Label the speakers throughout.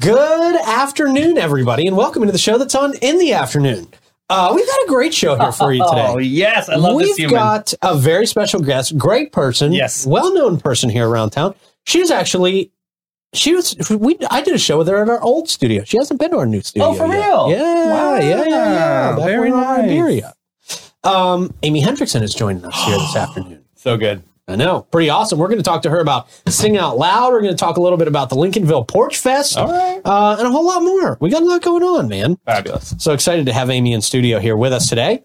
Speaker 1: Good afternoon, everybody, and welcome to the show that's on in the afternoon. Uh, we've got a great show here for you today.
Speaker 2: Oh yes, I love this
Speaker 1: We've
Speaker 2: human.
Speaker 1: got a very special guest, great person,
Speaker 2: Yes.
Speaker 1: well-known person here around town. She was actually, she was. We I did a show with her at our old studio. She hasn't been to our new studio.
Speaker 2: Oh, for
Speaker 1: yet.
Speaker 2: real?
Speaker 1: Yeah,
Speaker 2: Wow,
Speaker 1: yeah, yeah, yeah. Back
Speaker 2: very
Speaker 1: when we were in
Speaker 2: nice.
Speaker 1: Iberia. Um, Amy Hendrickson is joining us here this afternoon.
Speaker 2: so good.
Speaker 1: I know, pretty awesome. We're going to talk to her about Sing Out Loud. We're going to talk a little bit about the Lincolnville Porch Fest
Speaker 2: All right.
Speaker 1: uh, and a whole lot more. We got a lot going on, man.
Speaker 2: Fabulous.
Speaker 1: So excited to have Amy in studio here with us today.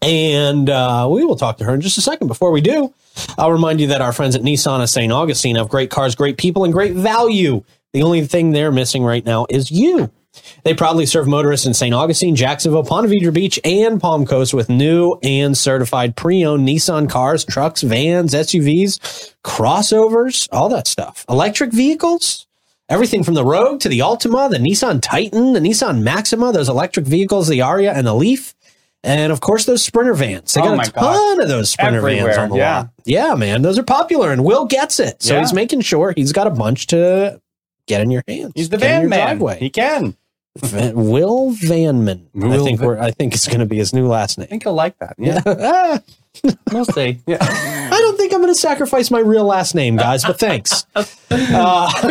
Speaker 1: And uh, we will talk to her in just a second. Before we do, I'll remind you that our friends at Nissan of St. Augustine have great cars, great people, and great value. The only thing they're missing right now is you. They proudly serve motorists in St. Augustine, Jacksonville, Ponte Vedra Beach, and Palm Coast with new and certified pre owned Nissan cars, trucks, vans, SUVs, crossovers, all that stuff. Electric vehicles, everything from the Rogue to the Altima, the Nissan Titan, the Nissan Maxima, those electric vehicles, the Aria and the Leaf. And of course, those Sprinter vans. They
Speaker 2: Oh
Speaker 1: got
Speaker 2: my
Speaker 1: a
Speaker 2: God.
Speaker 1: ton of those Sprinter vans
Speaker 2: Everywhere,
Speaker 1: on the
Speaker 2: yeah.
Speaker 1: lot. Yeah, man, those are popular, and Will gets it, so
Speaker 2: Yeah.
Speaker 1: he's making sure he's got a bunch to get in your hands.
Speaker 2: He's the
Speaker 1: Get in
Speaker 2: van
Speaker 1: your
Speaker 2: man.
Speaker 1: driveway.
Speaker 2: He can.
Speaker 1: Van- Will Vanman. I
Speaker 2: Will
Speaker 1: think
Speaker 2: Van-
Speaker 1: we're, I think it's going to be his new last
Speaker 2: I
Speaker 1: name.
Speaker 2: think he'll like that. Yeah,
Speaker 1: Ah,
Speaker 2: we'll see. Yeah.
Speaker 1: I don't think I'm going to sacrifice my real last name, guys, but thanks. Uh,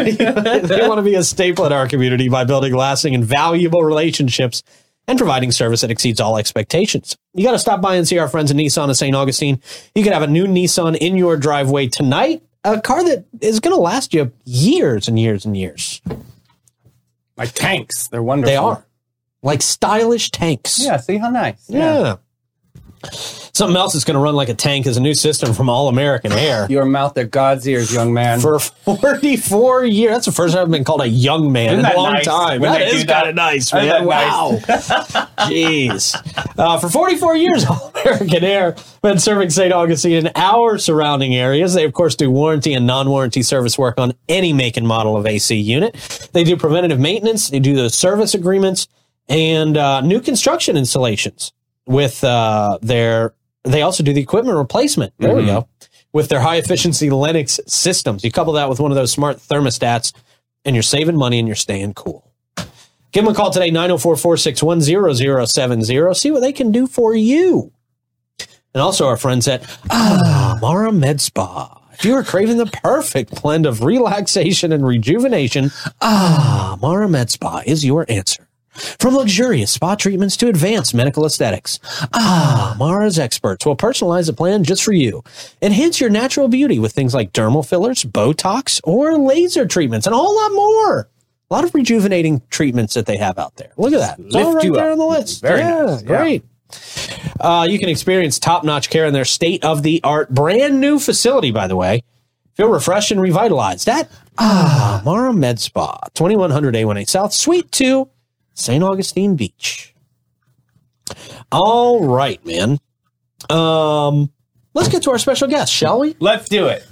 Speaker 1: they want to be a staple in our community by building lasting and valuable relationships and providing service that exceeds all expectations. You got to stop by and see our friends at Nissan of St. Augustine. You could have a new Nissan in your driveway tonight, a car that is going to last you years and years and years.
Speaker 2: My tanks, they're wonderful.
Speaker 1: They are like stylish tanks.
Speaker 2: Yeah. See how nice.
Speaker 1: Yeah. Something else that's going to run like a tank is a new system from All American Air.
Speaker 2: Your mouth at God's ears, young man.
Speaker 1: For 44 years. That's the first time I've been called a young man
Speaker 2: Isn't
Speaker 1: in
Speaker 2: that
Speaker 1: a long
Speaker 2: nice
Speaker 1: time.
Speaker 2: when
Speaker 1: That
Speaker 2: they do
Speaker 1: is
Speaker 2: that?
Speaker 1: kind of nice,
Speaker 2: Isn't
Speaker 1: man.
Speaker 2: that nice?
Speaker 1: Wow. Jeez. Uh, for 44 years, All American Air been serving St. Augustine and our surrounding areas. They, of course, do warranty and non warranty service work on any make and model of AC unit. They do preventative maintenance, they do those service agreements, and uh, new construction installations with uh, their. They also do the equipment replacement. There
Speaker 2: Mm-hmm.
Speaker 1: we go. With their high efficiency Lennox systems. You couple that with one of those smart thermostats, and you're saving money and you're staying cool. Give them a call today, 904 461 0070. See what they can do for you. And also our friends at Ah Mara Med Spa. If you are craving the perfect blend of relaxation and rejuvenation, Ah Mara Med Spa is your answer. From luxurious spa treatments to advanced medical aesthetics, Ah Mara's experts will personalize a plan just for you. Enhance your natural beauty with things like dermal fillers, Botox, or laser treatments, and a whole lot more. A lot of rejuvenating treatments that they have out there. Look at that. It's all
Speaker 2: Lift
Speaker 1: right
Speaker 2: you
Speaker 1: there
Speaker 2: up.
Speaker 1: on the list.
Speaker 2: Very
Speaker 1: yeah,
Speaker 2: nice. Yeah.
Speaker 1: great. Uh, you can experience top notch care in their state of the art, brand new facility, by the way. Feel refreshed and revitalized. That Ah Mara Med Spa, 2100 A1A South, Suite 2, St. Augustine Beach. All right, man. Um, let's get to our special guest, shall we?
Speaker 2: Let's do it.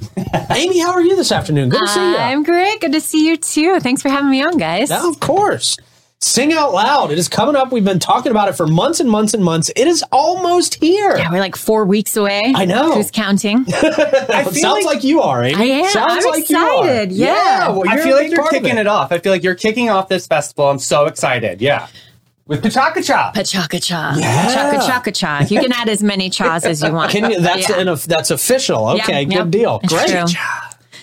Speaker 1: Amy, how are you this afternoon? Good to see you.
Speaker 3: I'm great. Good to see you too. Thanks for having me on, guys.
Speaker 1: Yeah, of course. Sing out loud. It is coming up. We've been talking about it for months and months and months. It is almost here.
Speaker 3: Yeah, we're like four weeks away.
Speaker 1: I know.
Speaker 3: Who's counting?
Speaker 2: I
Speaker 1: it sounds like, you are, Amy.
Speaker 3: I am.
Speaker 1: Sounds
Speaker 3: I'm
Speaker 1: like
Speaker 3: excited.
Speaker 1: You are.
Speaker 3: Yeah.
Speaker 1: well,
Speaker 2: I
Speaker 1: you're a
Speaker 2: feel like
Speaker 1: big
Speaker 2: you're
Speaker 1: part of
Speaker 2: kicking
Speaker 1: it.
Speaker 2: it. off. I feel like you're kicking off this festival. I'm so excited. Yeah. With Pachaka Cha.
Speaker 3: Pachaka cha. Chaka chaka cha. You can add as many chas as you want.
Speaker 1: Can you, that's
Speaker 3: Yeah.
Speaker 1: an, that's official.
Speaker 3: Yeah,
Speaker 1: Okay, good
Speaker 3: yep,
Speaker 1: deal.
Speaker 3: it's
Speaker 1: Great.
Speaker 3: true.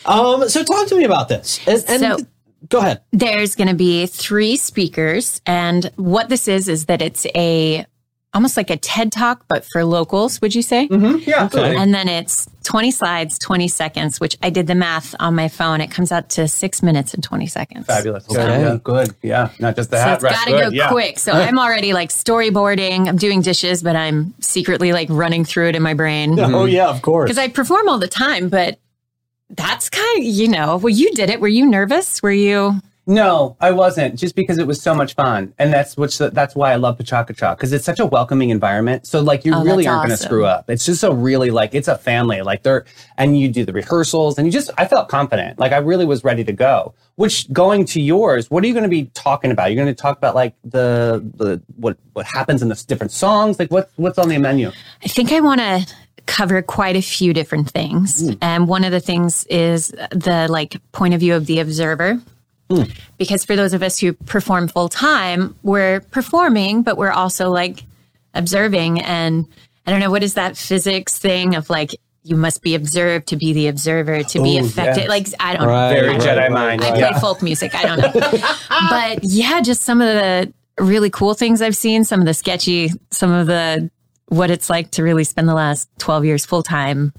Speaker 1: Um, so talk to me about this. And, and
Speaker 3: So-
Speaker 1: go ahead.
Speaker 3: There's going to be three speakers. And what this is, is that it's a almost like a TED talk, but for locals, would you say?
Speaker 1: Mm-hmm.
Speaker 2: Yeah. absolutely.
Speaker 3: And then it's 20 slides, 20 seconds, which I did the math on my phone. It comes out to six minutes and 20 seconds.
Speaker 2: Fabulous. Good.
Speaker 1: Okay.
Speaker 2: Yeah, good. Yeah. Not just the
Speaker 3: So
Speaker 2: hat
Speaker 3: it's
Speaker 2: rack.
Speaker 3: got to
Speaker 2: Good.
Speaker 3: go
Speaker 2: yeah.
Speaker 3: quick. So I'm already like storyboarding. I'm doing dishes, but I'm secretly like running through it in my brain because
Speaker 1: Oh yeah, of course.
Speaker 3: I perform all the time. But that's kind of you know. Well, you did it. Were you nervous? Were you?
Speaker 2: No, I wasn't. Just because it was so much fun, and that's which that's why I love Pachaca Cha because it's such a welcoming environment. So like you
Speaker 3: Oh,
Speaker 2: really
Speaker 3: that's
Speaker 2: aren't going to
Speaker 3: awesome.
Speaker 2: screw up. It's just a really like it's a family. Like they're and you do the rehearsals and you just I felt confident. Like I really was ready to go. Which going to yours, what are you going to be talking about? You're going to talk about like the the what what happens in the different songs. Like what what's on the menu?
Speaker 3: I think I want to cover quite a few
Speaker 1: Hmm.
Speaker 3: different things. And one of the things is the like point of view of the observer.
Speaker 1: Hmm.
Speaker 3: Because for those of us who perform full time, we're performing, but we're also like observing. And I don't know, what is that physics thing of like, you must be observed to be the observer, to be
Speaker 2: Oh,
Speaker 3: affected?
Speaker 2: yes.
Speaker 3: Like, I don't
Speaker 1: Right,
Speaker 2: Very
Speaker 1: right,
Speaker 2: Jedi
Speaker 1: right,
Speaker 2: mind.
Speaker 1: right.
Speaker 3: I play folk music. I don't know. but yeah, just some of the really cool things I've seen, some of the sketchy, some of the what it's like to really spend the last 12 years full time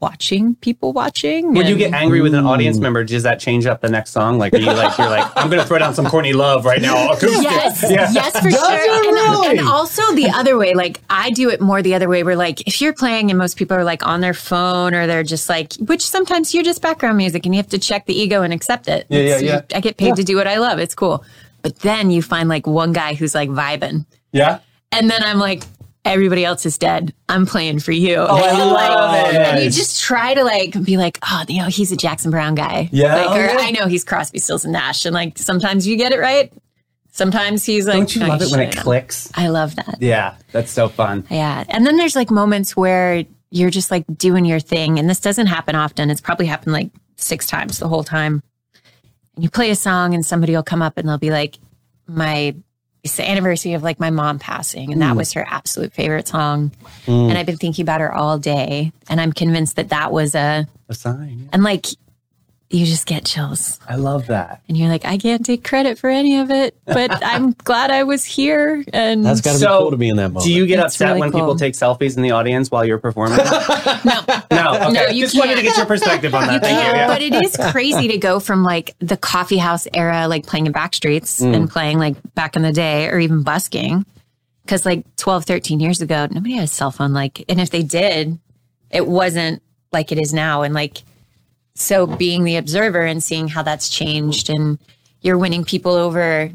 Speaker 3: watching people watching.
Speaker 2: Would you
Speaker 3: and-
Speaker 2: get angry with an audience member? Does that change up the next song? Like, are you like, you're like, I'm gonna throw down some Courtney Love right now, acoustic.
Speaker 3: Yes,
Speaker 2: Yeah.
Speaker 3: yes, for
Speaker 1: Does
Speaker 3: sure.
Speaker 1: it
Speaker 3: And-
Speaker 1: really?
Speaker 3: And, also the other way, like I do it more the other way, where like if you're playing and most people are like on their phone or they're just like, which sometimes you're just background music and you have to check the ego and accept it.
Speaker 2: Yeah, yeah,
Speaker 3: It's-
Speaker 2: yeah.
Speaker 3: I get paid to do what I love. It's cool. But then you find like one guy who's like vibing.
Speaker 2: Yeah.
Speaker 3: And then I'm like, everybody else is dead. I'm playing for you. Oh,
Speaker 2: I love it.
Speaker 3: And you just try to like be like, oh, you know, he's a Jackson Brown guy.
Speaker 2: Yeah.
Speaker 3: Like,
Speaker 2: Oh,
Speaker 3: or
Speaker 2: yeah.
Speaker 3: I know he's Crosby, Stills, and Nash. And like sometimes you get it right. Sometimes he's like,
Speaker 2: Don't you
Speaker 3: "No,
Speaker 2: love it when it
Speaker 3: shouldn't."
Speaker 2: clicks?
Speaker 3: I love that.
Speaker 2: Yeah, that's so fun.
Speaker 3: Yeah. And then there's like moments where you're just like doing your thing. And this doesn't happen often. It's probably happened like six times the whole time. And you play a song and somebody will come up and they'll be like, my, it's the anniversary of like my mom passing. And that was her absolute favorite song. And I've been thinking about her all day. And I'm convinced that that was a,
Speaker 2: A sign.
Speaker 3: and like, you just get chills.
Speaker 2: I love that.
Speaker 3: And you're like, I can't take credit for any of it, but I'm glad I was here. And
Speaker 1: That's got to
Speaker 2: So,
Speaker 1: be cool to be in that moment.
Speaker 2: Do you get
Speaker 3: That's
Speaker 2: upset
Speaker 3: really
Speaker 2: when
Speaker 3: cool.
Speaker 2: people take selfies in the audience while you're performing? no. No. Okay.
Speaker 3: No, you
Speaker 2: Just wanted to
Speaker 3: can't.
Speaker 2: get your perspective on that. Thank you.
Speaker 3: Yeah,
Speaker 2: Yeah.
Speaker 3: but it is crazy to go from like the coffee house era, like playing in back streets
Speaker 1: Mm.
Speaker 3: and playing like back in the day or even busking. Cause like 12, 13 years ago, nobody had a cell phone. Like, and if they did, it wasn't like it is now. And like, so being the observer and seeing how that's changed and you're winning people over,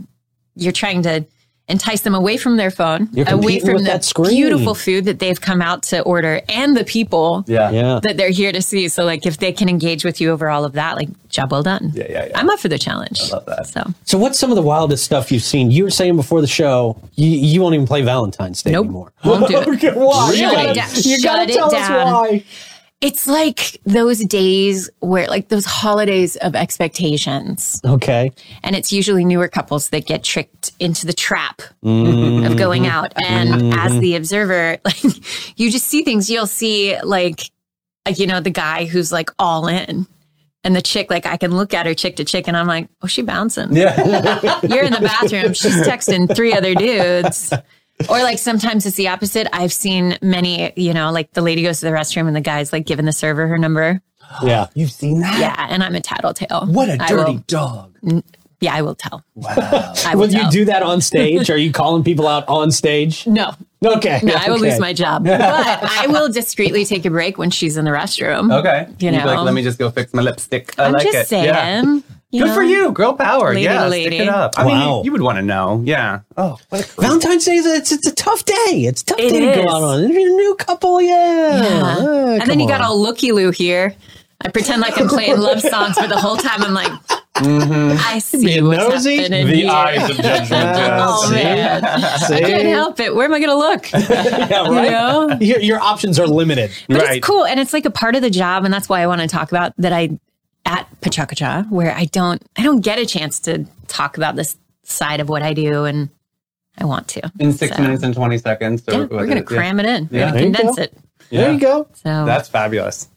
Speaker 3: you're trying to entice them away from their phone,
Speaker 1: You're
Speaker 3: away
Speaker 1: competing
Speaker 3: from
Speaker 1: with
Speaker 3: the
Speaker 1: that screen.
Speaker 3: beautiful food that they've come out to order and the people
Speaker 2: Yeah.
Speaker 1: Yeah.
Speaker 3: that they're here to see. So like if they can engage with you over all of that, like job well done.
Speaker 2: Yeah, yeah, yeah.
Speaker 3: I'm up for the challenge.
Speaker 2: love that.
Speaker 3: So
Speaker 1: So what's some of the wildest stuff you've seen? You were saying before the show, you, you won't even play Valentine's Day
Speaker 3: Nope.
Speaker 1: anymore.
Speaker 3: Won't do it.
Speaker 1: Why?
Speaker 3: Shut
Speaker 1: You
Speaker 3: it
Speaker 1: gotta,
Speaker 3: down.
Speaker 1: you gotta
Speaker 3: Shut it
Speaker 1: tell us
Speaker 3: down.
Speaker 1: why.
Speaker 3: it's like those days where like those holidays of expectations.
Speaker 1: Okay.
Speaker 3: And it's usually newer couples that get tricked into the trap of going out. And as the observer, like you just see things. You'll see like uh, you know, the guy who's like all in. And the chick, like I can look at her chick to chick and I'm like, oh, she bouncing.
Speaker 2: Yeah.
Speaker 3: you're in the bathroom. She's texting three other dudes. Or like sometimes it's the opposite. I've seen many, you know, like the lady goes to the restroom and the guy's like giving the server her number.
Speaker 1: Yeah.
Speaker 2: You've seen that?
Speaker 3: Yeah, and I'm a tattletale.
Speaker 2: What a
Speaker 3: I
Speaker 2: dirty
Speaker 3: will-
Speaker 2: dog.
Speaker 3: yeah, I will tell.
Speaker 2: Wow.
Speaker 3: I will,
Speaker 1: Will you
Speaker 3: tell.
Speaker 1: do that on stage? Are you calling people out on stage?
Speaker 3: No,
Speaker 1: Okay.
Speaker 3: no, I will
Speaker 1: Okay.
Speaker 3: lose my job. But I will discreetly take a break when she's in the restroom.
Speaker 2: Okay. You'd be
Speaker 3: You know.
Speaker 2: like, let me just go fix my lipstick. I
Speaker 3: I'm
Speaker 2: like
Speaker 3: just
Speaker 2: it.
Speaker 3: saying.
Speaker 2: Yeah.
Speaker 3: you
Speaker 2: Good for
Speaker 3: know.
Speaker 2: you, girl power.
Speaker 3: Lady
Speaker 2: yeah,
Speaker 3: to
Speaker 2: stick
Speaker 3: lady.
Speaker 2: it up. I mean,
Speaker 1: Wow.
Speaker 2: you, you would want to know. Yeah. Oh, what a cool.
Speaker 1: Valentine's Day is a, it's, it's a tough day. It's a tough
Speaker 3: It
Speaker 1: day to
Speaker 3: is.
Speaker 1: go out on. If you're a new couple, yeah.
Speaker 3: Yeah.
Speaker 1: Uh,
Speaker 3: and
Speaker 1: come
Speaker 3: then you got
Speaker 1: on.
Speaker 3: all looky loo here. I pretend like I'm playing love songs, but the whole time I'm like, I see
Speaker 1: Being
Speaker 3: what's
Speaker 1: nosy.
Speaker 3: happening here.
Speaker 2: of judgment.
Speaker 3: Oh
Speaker 1: See?
Speaker 3: man, I couldn't help it. Where am I going to look?
Speaker 1: Yeah, right?
Speaker 3: You know?
Speaker 1: your, your options are limited.
Speaker 3: But
Speaker 2: Right.
Speaker 3: it's cool, and it's like a part of the job, and that's why I want to talk about that. I at Pachacacha, where I don't, I don't get a chance to talk about this side of what I do, and I want to.
Speaker 2: In six
Speaker 3: So,
Speaker 2: minutes and 20 seconds. So
Speaker 3: yeah, we're gonna cram it in. We're
Speaker 2: Yeah.
Speaker 3: gonna
Speaker 1: There you
Speaker 3: condense
Speaker 1: go.
Speaker 3: it.
Speaker 1: There you go.
Speaker 3: So
Speaker 2: That's fabulous.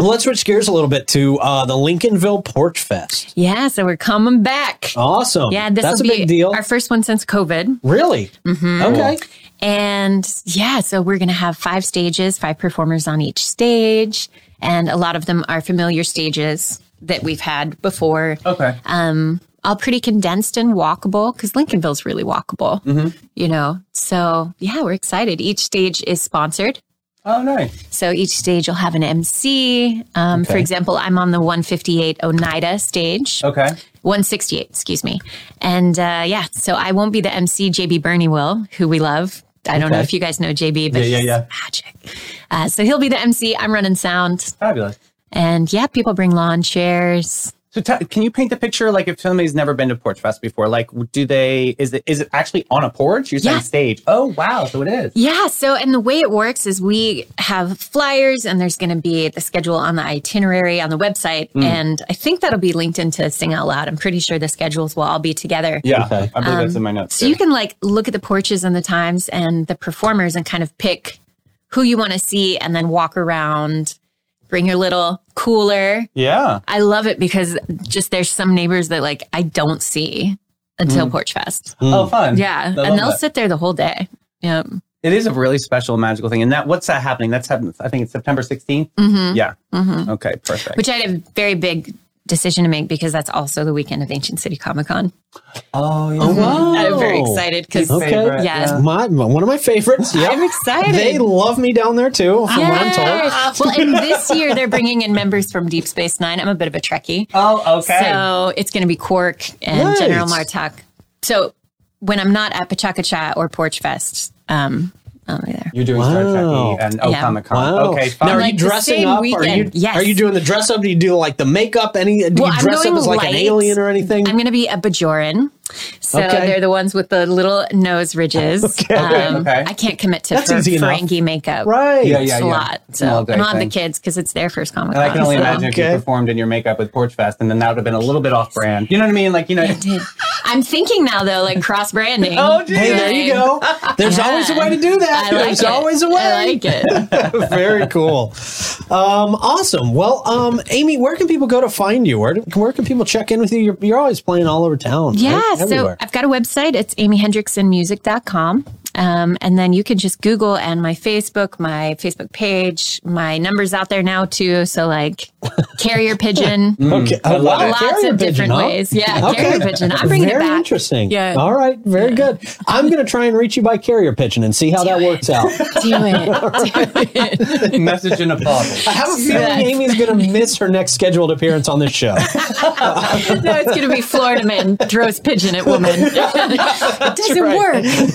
Speaker 1: Well, let's switch gears a little bit to uh, the Lincolnville Porch Fest.
Speaker 3: yeah, so we're coming back.
Speaker 1: Awesome.
Speaker 3: Yeah, this
Speaker 1: That's a
Speaker 3: will be
Speaker 1: big deal.
Speaker 3: our Mm-hmm. first one since COVID.
Speaker 1: really? Okay.
Speaker 3: And yeah, so we're going to have five stages, five performers on each stage. And a lot of them are familiar stages that we've had before.
Speaker 2: Okay.
Speaker 3: Um, all pretty condensed and walkable because Lincolnville's really walkable,
Speaker 2: Mm-hmm.
Speaker 3: you know? So yeah, we're excited. Each stage is sponsored.
Speaker 2: oh, nice.
Speaker 3: So each stage will have an MC. Um, For
Speaker 1: Okay.
Speaker 3: example, I'm on the 158 Oneida stage.
Speaker 2: Okay.
Speaker 3: 168, excuse me. And uh, yeah, so I won't be the MC. JB Bernie will, who we love. I don't know
Speaker 1: Okay.
Speaker 3: if you guys know JB, but
Speaker 2: Yeah, yeah,
Speaker 3: he's
Speaker 2: yeah.
Speaker 3: magic. Uh, so he'll be the MC. I'm running sound.
Speaker 2: Fabulous.
Speaker 3: And yeah, people bring lawn chairs.
Speaker 2: So tell can you paint the picture like if somebody's never been to Porch Fest before? Like, do they? Is it is it actually on a porch? You're saying
Speaker 3: Yeah.
Speaker 2: stage? Oh wow! So it is.
Speaker 3: Yeah. So, and the way it works is we have flyers, and there's going to be the schedule on the itinerary on the website.
Speaker 2: Mm.
Speaker 3: And I think that'll be linked into Sing Out Loud. I'm pretty sure the schedules will all be together.
Speaker 2: Yeah, I believe that's in my notes.
Speaker 3: Um, So, you can like look at the porches and the times and the performers and kind of pick who you want to see and then walk around, bring your little cooler.
Speaker 2: yeah,
Speaker 3: I love it because just there's some neighbors that like I don't see until Porch Fest.
Speaker 1: Hmm.
Speaker 2: oh fun. Mm. I
Speaker 3: Yeah.
Speaker 2: love
Speaker 3: And they'll
Speaker 2: that.
Speaker 3: sit there the whole day. Yeah.
Speaker 2: It is a really special, magical thing. And that what's that happening? That's happening. I think it's September 16th. Yeah. Okay. Perfect.
Speaker 3: Mm-hmm. Which I had a very big decision to make because that's also the weekend of Ancient City Comic Con.
Speaker 2: oh, yeah.
Speaker 3: Mm-hmm. I'm very
Speaker 1: Oh.
Speaker 3: excited because
Speaker 1: Okay.
Speaker 3: Yes.
Speaker 2: yeah.
Speaker 1: My, my- one of my favorites. Yep.
Speaker 3: I'm excited.
Speaker 1: They love me down there too, from what I'm told.
Speaker 3: Yay. well, and this year they're bringing in members from Deep Space Nine. I'm a bit of a Trekkie.
Speaker 2: Oh, okay.
Speaker 3: So it's going to be Quark and
Speaker 1: Right.
Speaker 3: General Martok. So when I'm not at Pachacacha or Porch Fest, um, I'll be there.
Speaker 2: You're doing Star
Speaker 1: Wow.
Speaker 2: Trek and oh,
Speaker 3: Yeah.
Speaker 2: Comic Con.
Speaker 1: Wow.
Speaker 2: Okay.
Speaker 1: Now, are
Speaker 2: Fine.
Speaker 3: Like
Speaker 1: you
Speaker 3: the
Speaker 1: dressing
Speaker 3: same
Speaker 1: up? Are you
Speaker 3: weekend. Yes.
Speaker 1: are you doing the dress up? Do you do like the makeup? Any? Do
Speaker 3: Well,
Speaker 1: you
Speaker 3: I'm
Speaker 1: dress up
Speaker 3: going
Speaker 1: as like an
Speaker 3: light.
Speaker 1: alien or anything?
Speaker 3: I'm going to be a Bajoran. So
Speaker 1: Okay.
Speaker 3: they're the ones with the little nose ridges. Um,
Speaker 1: Okay.
Speaker 2: Okay.
Speaker 3: I can't commit to
Speaker 1: That's
Speaker 3: fer-
Speaker 1: easy enough.
Speaker 3: Ferengi makeup.
Speaker 1: right.
Speaker 2: Yeah, yeah.
Speaker 3: It's a lot. So
Speaker 2: All
Speaker 3: and
Speaker 2: day
Speaker 3: I'll have the
Speaker 2: thing.
Speaker 3: kids because it's their first Comic
Speaker 2: and
Speaker 3: Con.
Speaker 2: I can only
Speaker 3: so.
Speaker 2: imagine if
Speaker 1: Okay.
Speaker 2: you performed in your makeup with Porch Fest, and then that would have been a little bit off brand. You know what I mean? Like, you know,
Speaker 3: Dude, I'm thinking now though, like cross branding.
Speaker 2: Oh, dude.
Speaker 1: Hey, there you go. There's
Speaker 3: Yeah.
Speaker 1: always a way to do that.
Speaker 3: I like
Speaker 1: There's
Speaker 3: it.
Speaker 1: always a way.
Speaker 3: I like it.
Speaker 1: Very cool. Um, awesome. Well, um, Amy, where can people go to find you? Where, do- where can people check in with you? You're, you're always playing all over town. right?
Speaker 3: Yeah. So
Speaker 1: Everywhere.
Speaker 3: I've got a website. It's amyhendricksonmusic.com. Um, and then you can just Google and my Facebook, my Facebook page, my numbers out there now too. So like carrier pigeon,
Speaker 1: okay.
Speaker 2: I love it.
Speaker 3: lots
Speaker 1: Carrier
Speaker 3: of
Speaker 1: pigeon,
Speaker 3: different
Speaker 1: huh?
Speaker 3: ways. Yeah, carrier pigeon. I'm bringing
Speaker 1: very
Speaker 3: it back.
Speaker 1: interesting.
Speaker 3: Yeah.
Speaker 1: All right. Very good. I'm going to try and reach you by carrier pigeon and see how that works out.
Speaker 3: Do it. Do it.
Speaker 2: message in a bottle.
Speaker 1: I have a feeling
Speaker 3: Yes.
Speaker 1: Amy's going to miss her next scheduled appearance on this show.
Speaker 3: No, it's going to be Florida man throws pigeon at woman. it doesn't
Speaker 1: right.
Speaker 3: work.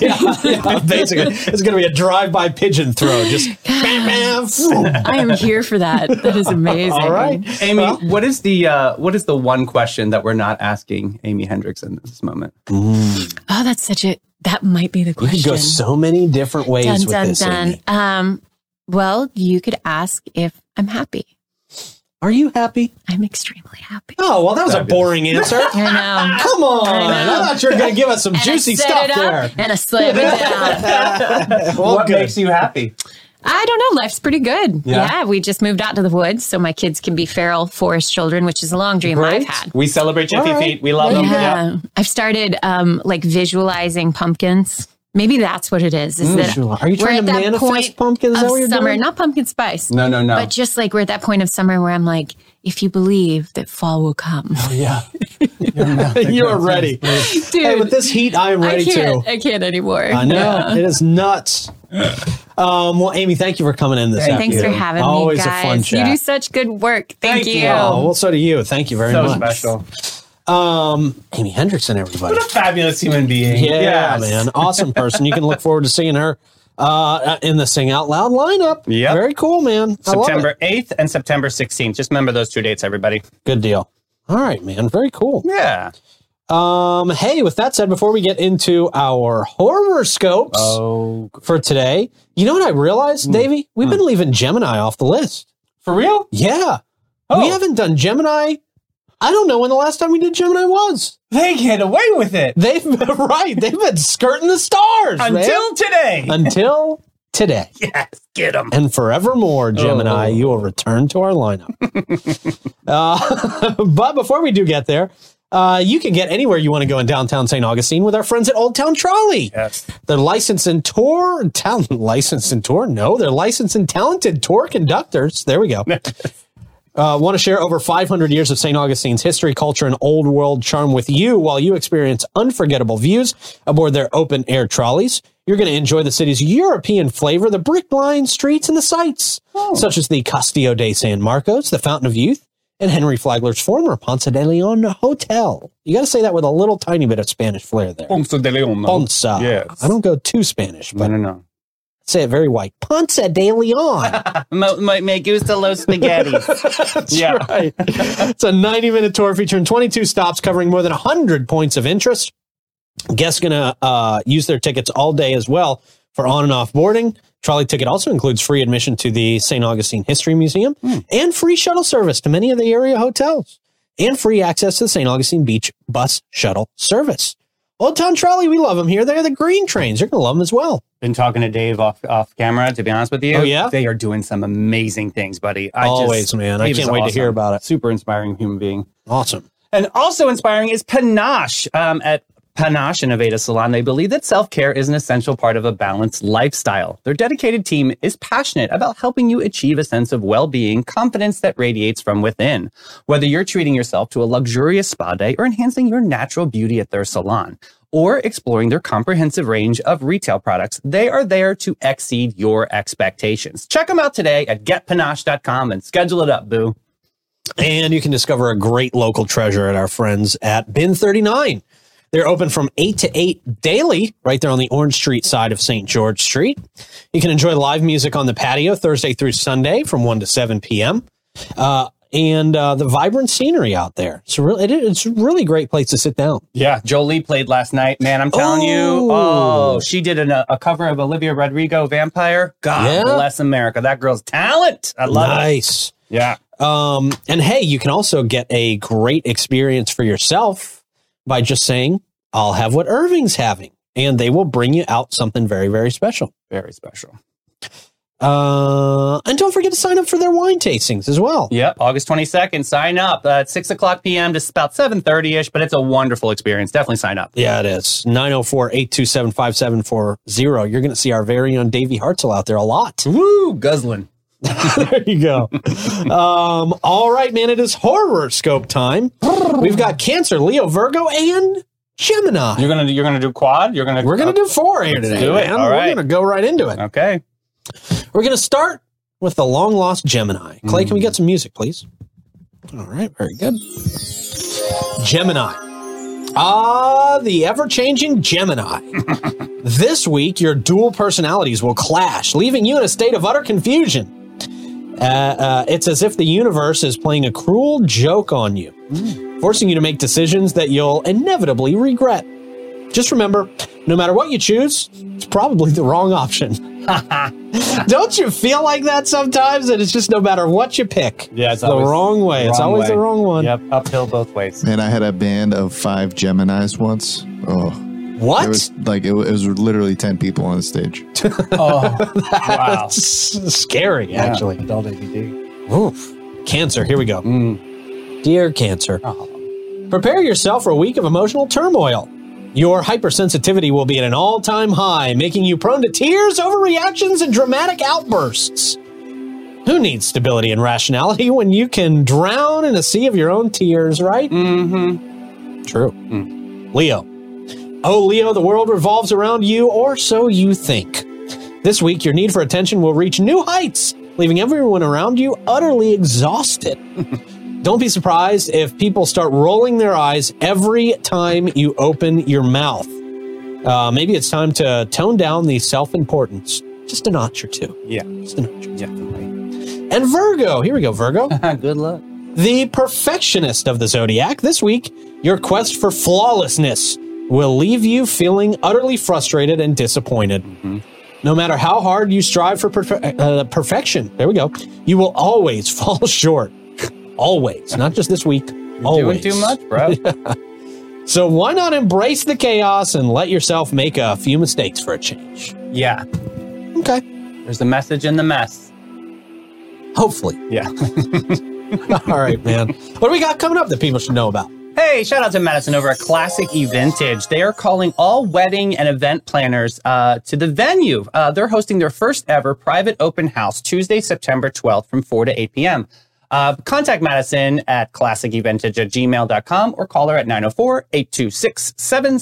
Speaker 1: yeah, yeah, basically, it's going to be a drive-by pigeon throw. Just bam, bam.
Speaker 3: I am here for that. That is amazing.
Speaker 1: All right,
Speaker 2: Amy, what is the uh, what is the one question that we're not asking Amy Hendrickson at this moment?
Speaker 3: Oh, that's such a. That might be the
Speaker 1: You
Speaker 3: question.
Speaker 1: could go so many different ways
Speaker 3: dun
Speaker 1: with
Speaker 3: dun
Speaker 1: this.
Speaker 3: dun.
Speaker 1: Amy.
Speaker 3: Um, well, you could ask if I'm happy.
Speaker 1: Are you happy?
Speaker 3: I'm extremely happy.
Speaker 1: Oh well, that was a
Speaker 2: Fabulous.
Speaker 1: boring answer.
Speaker 3: I know.
Speaker 1: Come on, I,
Speaker 3: I know.
Speaker 1: thought you were going to give us some
Speaker 3: And I
Speaker 1: juicy
Speaker 3: set
Speaker 1: stuff
Speaker 3: it up
Speaker 1: there.
Speaker 3: And I slam it down.
Speaker 1: Well,
Speaker 2: what
Speaker 1: good.
Speaker 2: makes you happy?
Speaker 3: I don't know. Life's pretty good.
Speaker 2: Yeah.
Speaker 3: Yeah. we just moved out to the woods, so my kids can be feral forest children, which is a long dream I've had.
Speaker 2: We celebrate Jiffy
Speaker 1: All right.
Speaker 2: Feet. We love them. Yeah.
Speaker 3: Yeah, I've started um, like visualizing pumpkins. Maybe that's what it is. Is
Speaker 1: Visual-
Speaker 3: that
Speaker 1: Are you
Speaker 3: we're
Speaker 1: trying
Speaker 3: at
Speaker 1: to
Speaker 3: that
Speaker 1: manifest
Speaker 3: point
Speaker 1: pumpkins? Is
Speaker 3: of
Speaker 1: that what you're
Speaker 3: summer,
Speaker 1: doing?
Speaker 3: not pumpkin spice.
Speaker 2: No, no,
Speaker 1: Oh.
Speaker 2: no.
Speaker 3: But just like we're at that point of summer where I'm like, if you believe that fall will come,
Speaker 1: yeah, you're ready. Hey,
Speaker 3: dude,
Speaker 1: with this heat, I am
Speaker 3: I
Speaker 1: ready too.
Speaker 3: can't, I can't anymore.
Speaker 1: I know it is nuts. Um, well, Amy, thank you for coming in this.
Speaker 2: Thank
Speaker 1: afternoon.
Speaker 3: Thanks for having
Speaker 1: Always
Speaker 3: me,
Speaker 1: a
Speaker 3: guys.
Speaker 1: fun chat.
Speaker 3: You do such good work. Thank,
Speaker 2: Thank
Speaker 3: you.
Speaker 2: you.
Speaker 1: Oh, well, so do you. Thank you very
Speaker 2: so
Speaker 1: much.
Speaker 2: special.
Speaker 1: Amy Hendrickson, everybody.
Speaker 2: What a fabulous human being.
Speaker 1: Yeah,
Speaker 2: Yes.
Speaker 1: man. Awesome person. You can look forward to seeing her uh, in the Sing Out Loud lineup.
Speaker 2: Yep.
Speaker 1: Very cool, man. I love it.
Speaker 2: September 8th and September 16th. Just remember those two dates, everybody.
Speaker 1: Good deal. All right, man. Very cool.
Speaker 2: Yeah.
Speaker 1: Um, hey, with that said, before we get into our horoscopes
Speaker 2: Oh, Hmm.
Speaker 1: for today, you know what I realized, Davey? We've been leaving Gemini off the list.
Speaker 2: for real?
Speaker 1: Yeah. We
Speaker 2: Oh.
Speaker 1: haven't done Gemini. I don't know when the last time we did Gemini was.
Speaker 2: They get away with it
Speaker 1: They've been right. They've been skirting the stars man.
Speaker 2: until today.
Speaker 1: until today.
Speaker 2: yes, get them.
Speaker 1: and forevermore, Gemini,
Speaker 2: Oh.
Speaker 1: you will return to our lineup. uh, but before we do get there, uh, you can get anywhere you want to go in downtown St. Augustine with our friends at Old Town Trolley.
Speaker 2: Yes.
Speaker 1: They're licensed and tour talent licensed and tour. No, they're licensed and talented tour conductors. There we go. Uh, want to share over 500 years of St. Augustine's history, culture, and old world charm with you while you experience unforgettable views aboard their open air trolleys. You're going to enjoy the city's European flavor, the brick lined streets, and the sights, such as the Castillo de San Marcos, the Fountain of Youth, and Henry Flagler's former Ponce de Leon Hotel. You got to say that with a little tiny bit of Spanish flair there.
Speaker 2: Ponce de Leon.
Speaker 1: Ponce.
Speaker 2: Oh. Yes.
Speaker 1: I don't go too Spanish,
Speaker 2: No,
Speaker 1: but
Speaker 2: no, no.
Speaker 1: it's say it very white. Ponce de Leon.
Speaker 2: Mo- mo- Me gusta los spaghetti. yeah.
Speaker 1: right. it's a 90 minute tour featuring 22 stops covering more than 100 points of interest. Guests going to uh, use their tickets all day as well for on and off boarding. Trolley ticket also includes free admission to the St. Augustine History Museum and free shuttle service to many of the area hotels and free access to the St. Augustine Beach bus shuttle service. Old Town Trolley, we love them here. They're the green trains. You're going to love them as well.
Speaker 2: Been talking to Dave off off camera. To be honest with you,
Speaker 1: Oh, yeah?
Speaker 2: they are doing some amazing things, buddy. I
Speaker 1: Always,
Speaker 2: just,
Speaker 1: man. I
Speaker 2: Dave is
Speaker 1: can't wait to hear
Speaker 2: awesome.
Speaker 1: about it.
Speaker 2: Super inspiring human being.
Speaker 1: Awesome.
Speaker 2: And also inspiring is Panache. Um, at Panache Innovative Salon, they believe that self care is an essential part of a balanced lifestyle. Their dedicated team is passionate about helping you achieve a sense of well being, confidence that radiates from within. Whether you're treating yourself to a luxurious spa day or enhancing your natural beauty at their salon, or exploring their comprehensive range of retail products, they are there to exceed your expectations. Check them out today at getpanache.com and schedule it up, boo.
Speaker 1: And you can discover a great local treasure at our friends at Bin 39. They're open from 8 to 8 daily, right there on the Orange Street side of St. George Street. You can enjoy live music on the patio Thursday through Sunday from 1 to 7 p.m. Uh, and uh, the vibrant scenery out there. It's a, really, it, it's a really great place to sit down.
Speaker 2: Yeah, Jolie played last night. Man, I'm telling
Speaker 1: Ooh.
Speaker 2: you. Oh, she did an, a cover of Olivia Rodrigo, Vampire. God
Speaker 1: Yeah.
Speaker 2: bless America. That girl's talent. I love it.
Speaker 1: nice.
Speaker 2: Yeah.
Speaker 1: Um, and hey, you can also get a great experience for yourself by just saying, I'll have what Irving's having. And they will bring you out something very, very special.
Speaker 2: Very special.
Speaker 1: Uh, and don't forget to sign up for their wine tastings as well.
Speaker 2: Yep. August 22nd. Sign up uh, at 6 o'clock p.m. to about 7.30 ish, but it's a wonderful experience. Definitely sign up.
Speaker 1: Yeah, it is. 904 827 5740. You're going to see our very own Davey Hartzell out there a lot.
Speaker 2: Woo, guzzling.
Speaker 1: there you go. um, all right, man. It is horoscope time. We've got Cancer, Leo, Virgo, and Gemini.
Speaker 2: You're going to you're gonna do quad? You're going to.
Speaker 1: We're gonna do four here today.
Speaker 2: do it.
Speaker 1: man.
Speaker 2: All right.
Speaker 1: We're gonna go right into it.
Speaker 2: Okay.
Speaker 1: We're gonna start with the long lost Gemini. Clay,
Speaker 2: Hmm.
Speaker 1: can we get some music, please? All right, very good. Gemini. Ah, the ever changing Gemini. this week, your dual personalities will clash, leaving you in a state of utter confusion. Uh, uh, it's as if the universe is playing a cruel joke on you, forcing you to make decisions that you'll inevitably regret. Just remember, no matter what you choose, it's probably the wrong option. Don't you feel like that sometimes? That it's just no matter what you pick,
Speaker 2: Yeah,
Speaker 1: it's the wrong way. it's always the wrong one.
Speaker 2: Yep. Uphill both ways.
Speaker 4: Man, I had a band of five Geminis once. Oh,
Speaker 1: What?
Speaker 4: it was like it was, it was literally ten people on the stage.
Speaker 2: Oh, wow.
Speaker 1: It's scary, actually.
Speaker 2: Yeah, adult ADD.
Speaker 1: Oof. Cancer, here we go.
Speaker 2: Mm.
Speaker 1: Dear Cancer,
Speaker 2: Oh.
Speaker 1: prepare yourself for a week of emotional turmoil. Your hypersensitivity will be at an all time high, making you prone to tears, overreactions, and dramatic outbursts. Who needs stability and rationality when you can drown in a sea of your own tears, right?
Speaker 2: Mm-hmm. Mm.
Speaker 1: True. Leo. Oh, Leo, the world revolves around you, or so you think. This week, your need for attention will reach new heights, leaving everyone around you utterly exhausted. Don't be surprised if people start rolling their eyes every time you open your mouth. Uh, maybe it's time to tone down the self importance just a notch or two.
Speaker 2: Yeah.
Speaker 1: Just a notch.
Speaker 2: Definitely.
Speaker 1: And Virgo, here we go, Virgo.
Speaker 2: Good luck.
Speaker 1: The perfectionist of the zodiac this week, your quest for flawlessness will leave you feeling utterly frustrated and disappointed.
Speaker 2: Mm-hmm.
Speaker 1: No matter how hard you strive for perfe- uh, perfection, there we go, you will always fall short. always, not just this week. always.
Speaker 2: Doing too much, bro.
Speaker 1: So why not embrace the chaos and let yourself make a few mistakes for a change?
Speaker 2: yeah.
Speaker 1: Okay.
Speaker 2: There's a message in the mess.
Speaker 1: Hopefully.
Speaker 2: Yeah.
Speaker 1: All right, man. what do we got coming up that people should know about?
Speaker 2: Hey, shout out to Madison over at Classic Eventage. They are calling all wedding and event planners uh, to the venue. Uh, they're hosting their first ever private open house Tuesday, September 12th from 4 to 8 p.m. Uh, contact Madison at classiceventage at gmail.com or call her at 904 826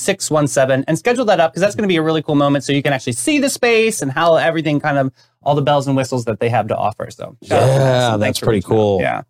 Speaker 2: 7617 and schedule that up because that's going to be a really cool moment so you can actually see the space and how everything kind of all the bells and whistles that they have to offer. So, shout out to
Speaker 1: Yeah,
Speaker 2: Madison. Thanks
Speaker 1: that's
Speaker 2: for
Speaker 1: pretty
Speaker 2: reaching out.
Speaker 1: cool.
Speaker 2: Yeah.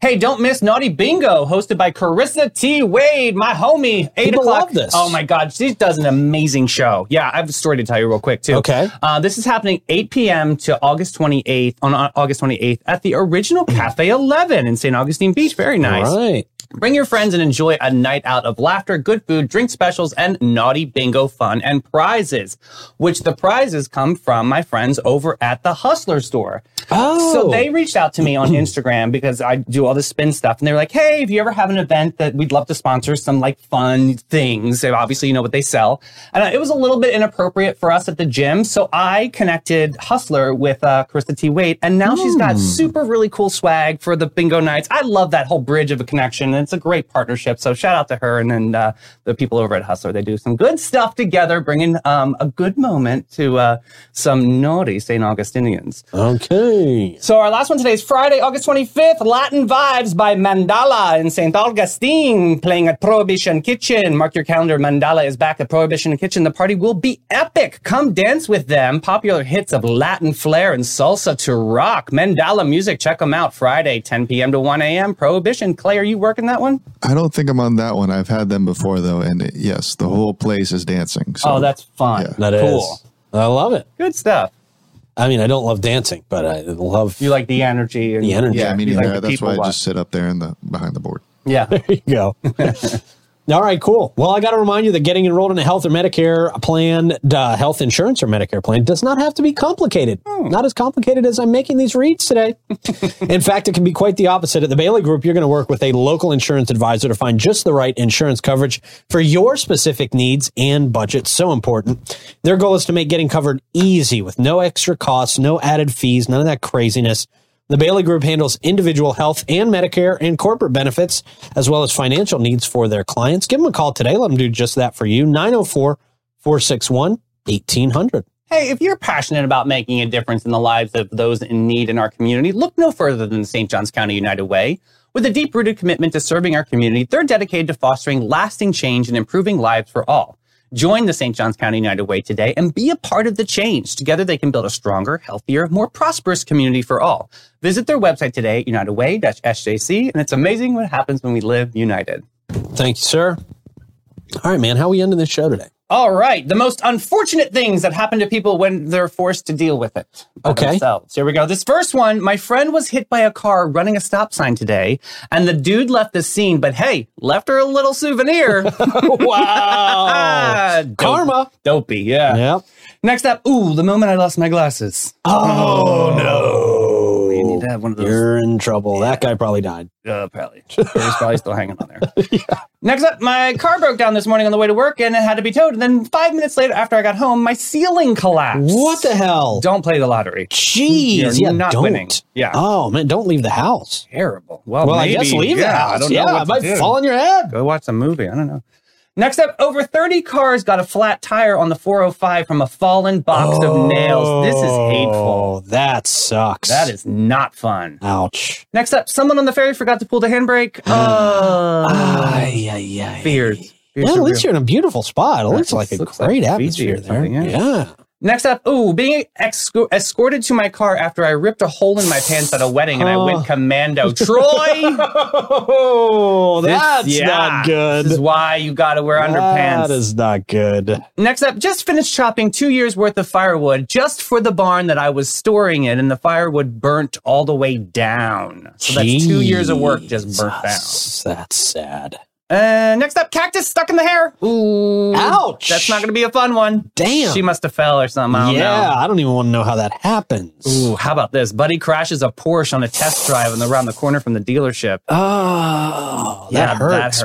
Speaker 2: Hey, don't miss Naughty Bingo, hosted by Carissa T. Wade, my homie. Eight
Speaker 1: People
Speaker 2: o'clock.
Speaker 1: love this.
Speaker 2: Oh my God, she does an amazing show. Yeah, I have a story to tell you real quick too.
Speaker 1: Okay.
Speaker 2: uh, this is happening 8 p.m. to August 28th on uh, August 28th at the original Cafe 11 in St. Augustine Beach. Very nice.
Speaker 1: All right.
Speaker 2: Bring your friends and enjoy a night out of laughter, good food, drink specials, and naughty bingo fun and prizes, which the prizes come from my friends over at the Hustler store.
Speaker 1: Oh.
Speaker 2: So they reached out to me on Instagram because I do all this spin stuff. And they were like, hey, if you ever have an event that we'd love to sponsor some like fun things, so obviously you know what they sell. And uh, it was a little bit inappropriate for us at the gym. So I connected Hustler with uh, Krista T. Wade. And now she's got super really cool swag for the bingo nights. I love that whole bridge of a connection. And it's a great partnership. So shout out to her and then uh, the people over at Hustler. They do some good stuff together, bringing um, a good moment to uh, some naughty St. Augustinians.
Speaker 1: Okay.
Speaker 2: So our last one today is Friday, August 25th, Latin Vibes by Mandala in St. Augustine, playing at Prohibition Kitchen. Mark your calendar. Mandala is back at Prohibition Kitchen. The party will be epic. Come dance with them. Popular hits of Latin flair and salsa to rock. Mandala music. Check them out Friday, 10 p.m. to 1 a.m. Prohibition. Clay, are you working that one?
Speaker 4: I don't think I'm on that one. I've had them before though, and it, yes, the whole place is dancing. So
Speaker 2: Oh, that's fun.
Speaker 4: Yeah.
Speaker 1: that is.
Speaker 2: cool.
Speaker 1: I love it.
Speaker 2: Good stuff.
Speaker 1: I mean, I don't love dancing, but I love
Speaker 2: You like the energy. And,
Speaker 1: The energy.
Speaker 4: yeah. I mean,
Speaker 2: you like
Speaker 4: yeah,
Speaker 2: the
Speaker 4: that's
Speaker 2: people
Speaker 4: why I
Speaker 2: watch.
Speaker 4: just sit up there in the behind the board.
Speaker 2: Yeah.
Speaker 1: There you go. All right, cool. Well, I got to remind you that getting enrolled in a health or Medicare plan, uh, health insurance or Medicare plan, does not have to be complicated. Not as complicated as I'm making these reads today. in fact, it can be quite the opposite. At the Bailey Group, you're going to work with a local insurance advisor to find just the right insurance coverage for your specific needs and budget. So important. Their goal is to make getting covered easy with no extra costs, no added fees, none of that craziness. The Bailey Group handles individual health and Medicare and corporate benefits, as well as financial needs for their clients. Give them a call today. Let them do just that for you. 904 461 1800.
Speaker 2: Hey, if you're passionate about making a difference in the lives of those in need in our community, look no further than St. John's County United Way. With a deep rooted commitment to serving our community, they're dedicated to fostering lasting change and improving lives for all. Join the St. John's County United Way today and be a part of the change. Together, they can build a stronger, healthier, more prosperous community for all. Visit their website today at unitedway-sjc, and it's amazing what happens when we live united.
Speaker 1: Thank you, sir. All right, man. How are we ending this show today?
Speaker 2: All right, the most unfortunate things that happen to people when they're forced to deal with it. by
Speaker 1: Okay.
Speaker 2: Themselves. Here we go. This first one, my friend was hit by a car running a stop sign today, and the dude left the scene, but hey, left her a little souvenir.
Speaker 1: Wow.
Speaker 2: Ah, dope-
Speaker 1: Karma.
Speaker 2: Dopey, yeah.
Speaker 1: yep.
Speaker 2: Next up, ooh, the moment I lost my glasses.
Speaker 1: Oh,
Speaker 2: You
Speaker 1: no.
Speaker 2: need to have one of those.
Speaker 1: You're in trouble. That guy probably died.
Speaker 2: Uh, probably. It's probably still hanging on there. Next up, my car broke down this morning on the way to work and it had to be towed. And then five minutes later, after I got home, my ceiling collapsed.
Speaker 1: What the hell?
Speaker 2: Don't play the lottery.
Speaker 1: Jeez.
Speaker 2: You're
Speaker 1: yeah,
Speaker 2: not
Speaker 1: don't.
Speaker 2: winning. Yeah.
Speaker 1: Oh, man. Don't leave the house.
Speaker 2: Terrible. Well,
Speaker 1: Well,
Speaker 2: maybe,
Speaker 1: I guess leave
Speaker 2: yeah,
Speaker 1: the house.
Speaker 2: I don't
Speaker 1: yeah,
Speaker 2: know.
Speaker 1: it
Speaker 2: What to
Speaker 1: might
Speaker 2: do.
Speaker 1: fall on your head.
Speaker 2: Go watch a movie. I don't know. Next up, over 30 cars got a flat tire on the 405 from a fallen box of nails. This is hateful.
Speaker 1: Oh, that sucks.
Speaker 2: That is not fun.
Speaker 1: Ouch.
Speaker 2: Next up, someone on the ferry forgot to pull the handbrake.
Speaker 1: Mm.
Speaker 2: Oh,
Speaker 1: Ay, ay, ay.
Speaker 2: fears. Fears
Speaker 1: Well,
Speaker 2: are
Speaker 1: at least
Speaker 2: real.
Speaker 1: you're in a beautiful spot. It looks like a
Speaker 2: looks like
Speaker 1: great
Speaker 2: Fiji or
Speaker 1: atmosphere there.
Speaker 2: something,
Speaker 1: Yeah.
Speaker 2: yeah. Next up, ooh, being exco- escorted to my car after I ripped a hole in my pants at a wedding and I went commando. Troy!
Speaker 1: Oh,
Speaker 2: This-
Speaker 1: that's
Speaker 2: yeah,
Speaker 1: not good.
Speaker 2: This is why you gotta wear underpants.
Speaker 1: That is not good.
Speaker 2: Next up, just finished chopping two years worth of firewood just for the barn that I was storing in, and the firewood burnt all the way down. So that's two years of work just burnt down.
Speaker 1: Jesus, That's sad.
Speaker 2: Uh, next up, cactus stuck in the hair. Ooh,
Speaker 1: Ouch.
Speaker 2: Mm. That's not gonna be a fun one.
Speaker 1: Damn.
Speaker 2: she must have fell or something. I don't
Speaker 1: yeah,
Speaker 2: know.
Speaker 1: I don't even want to know how that happens.
Speaker 2: Ooh, how about this? Buddy crashes a Porsche on a test drive and around the corner from the dealership.
Speaker 1: Oh, that, hurts,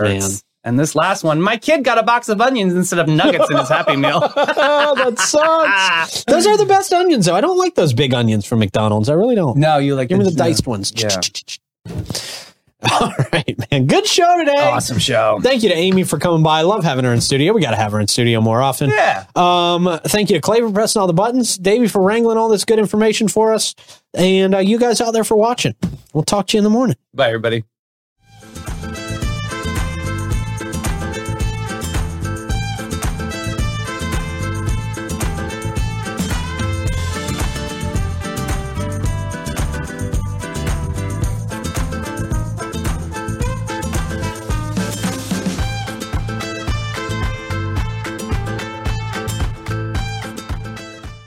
Speaker 2: And this last one, my kid got a box of onions instead of nuggets in his Happy Meal.
Speaker 1: man. oh, that sucks. those are the best onions, though. I don't like those big onions from McDonald's. I really don't.
Speaker 2: No, you like
Speaker 1: Give me the diced ones.
Speaker 2: Yeah.
Speaker 1: All right, man. Good show today.
Speaker 2: Awesome show.
Speaker 1: Thank you to Amy for coming by. I love having her in studio. We got to have her in studio more often.
Speaker 2: Yeah.
Speaker 1: Um, thank you to Clay for pressing all the buttons, Davey for wrangling all this good information for us, and uh, you guys out there for watching. We'll talk to you in the morning.
Speaker 2: Bye, everybody.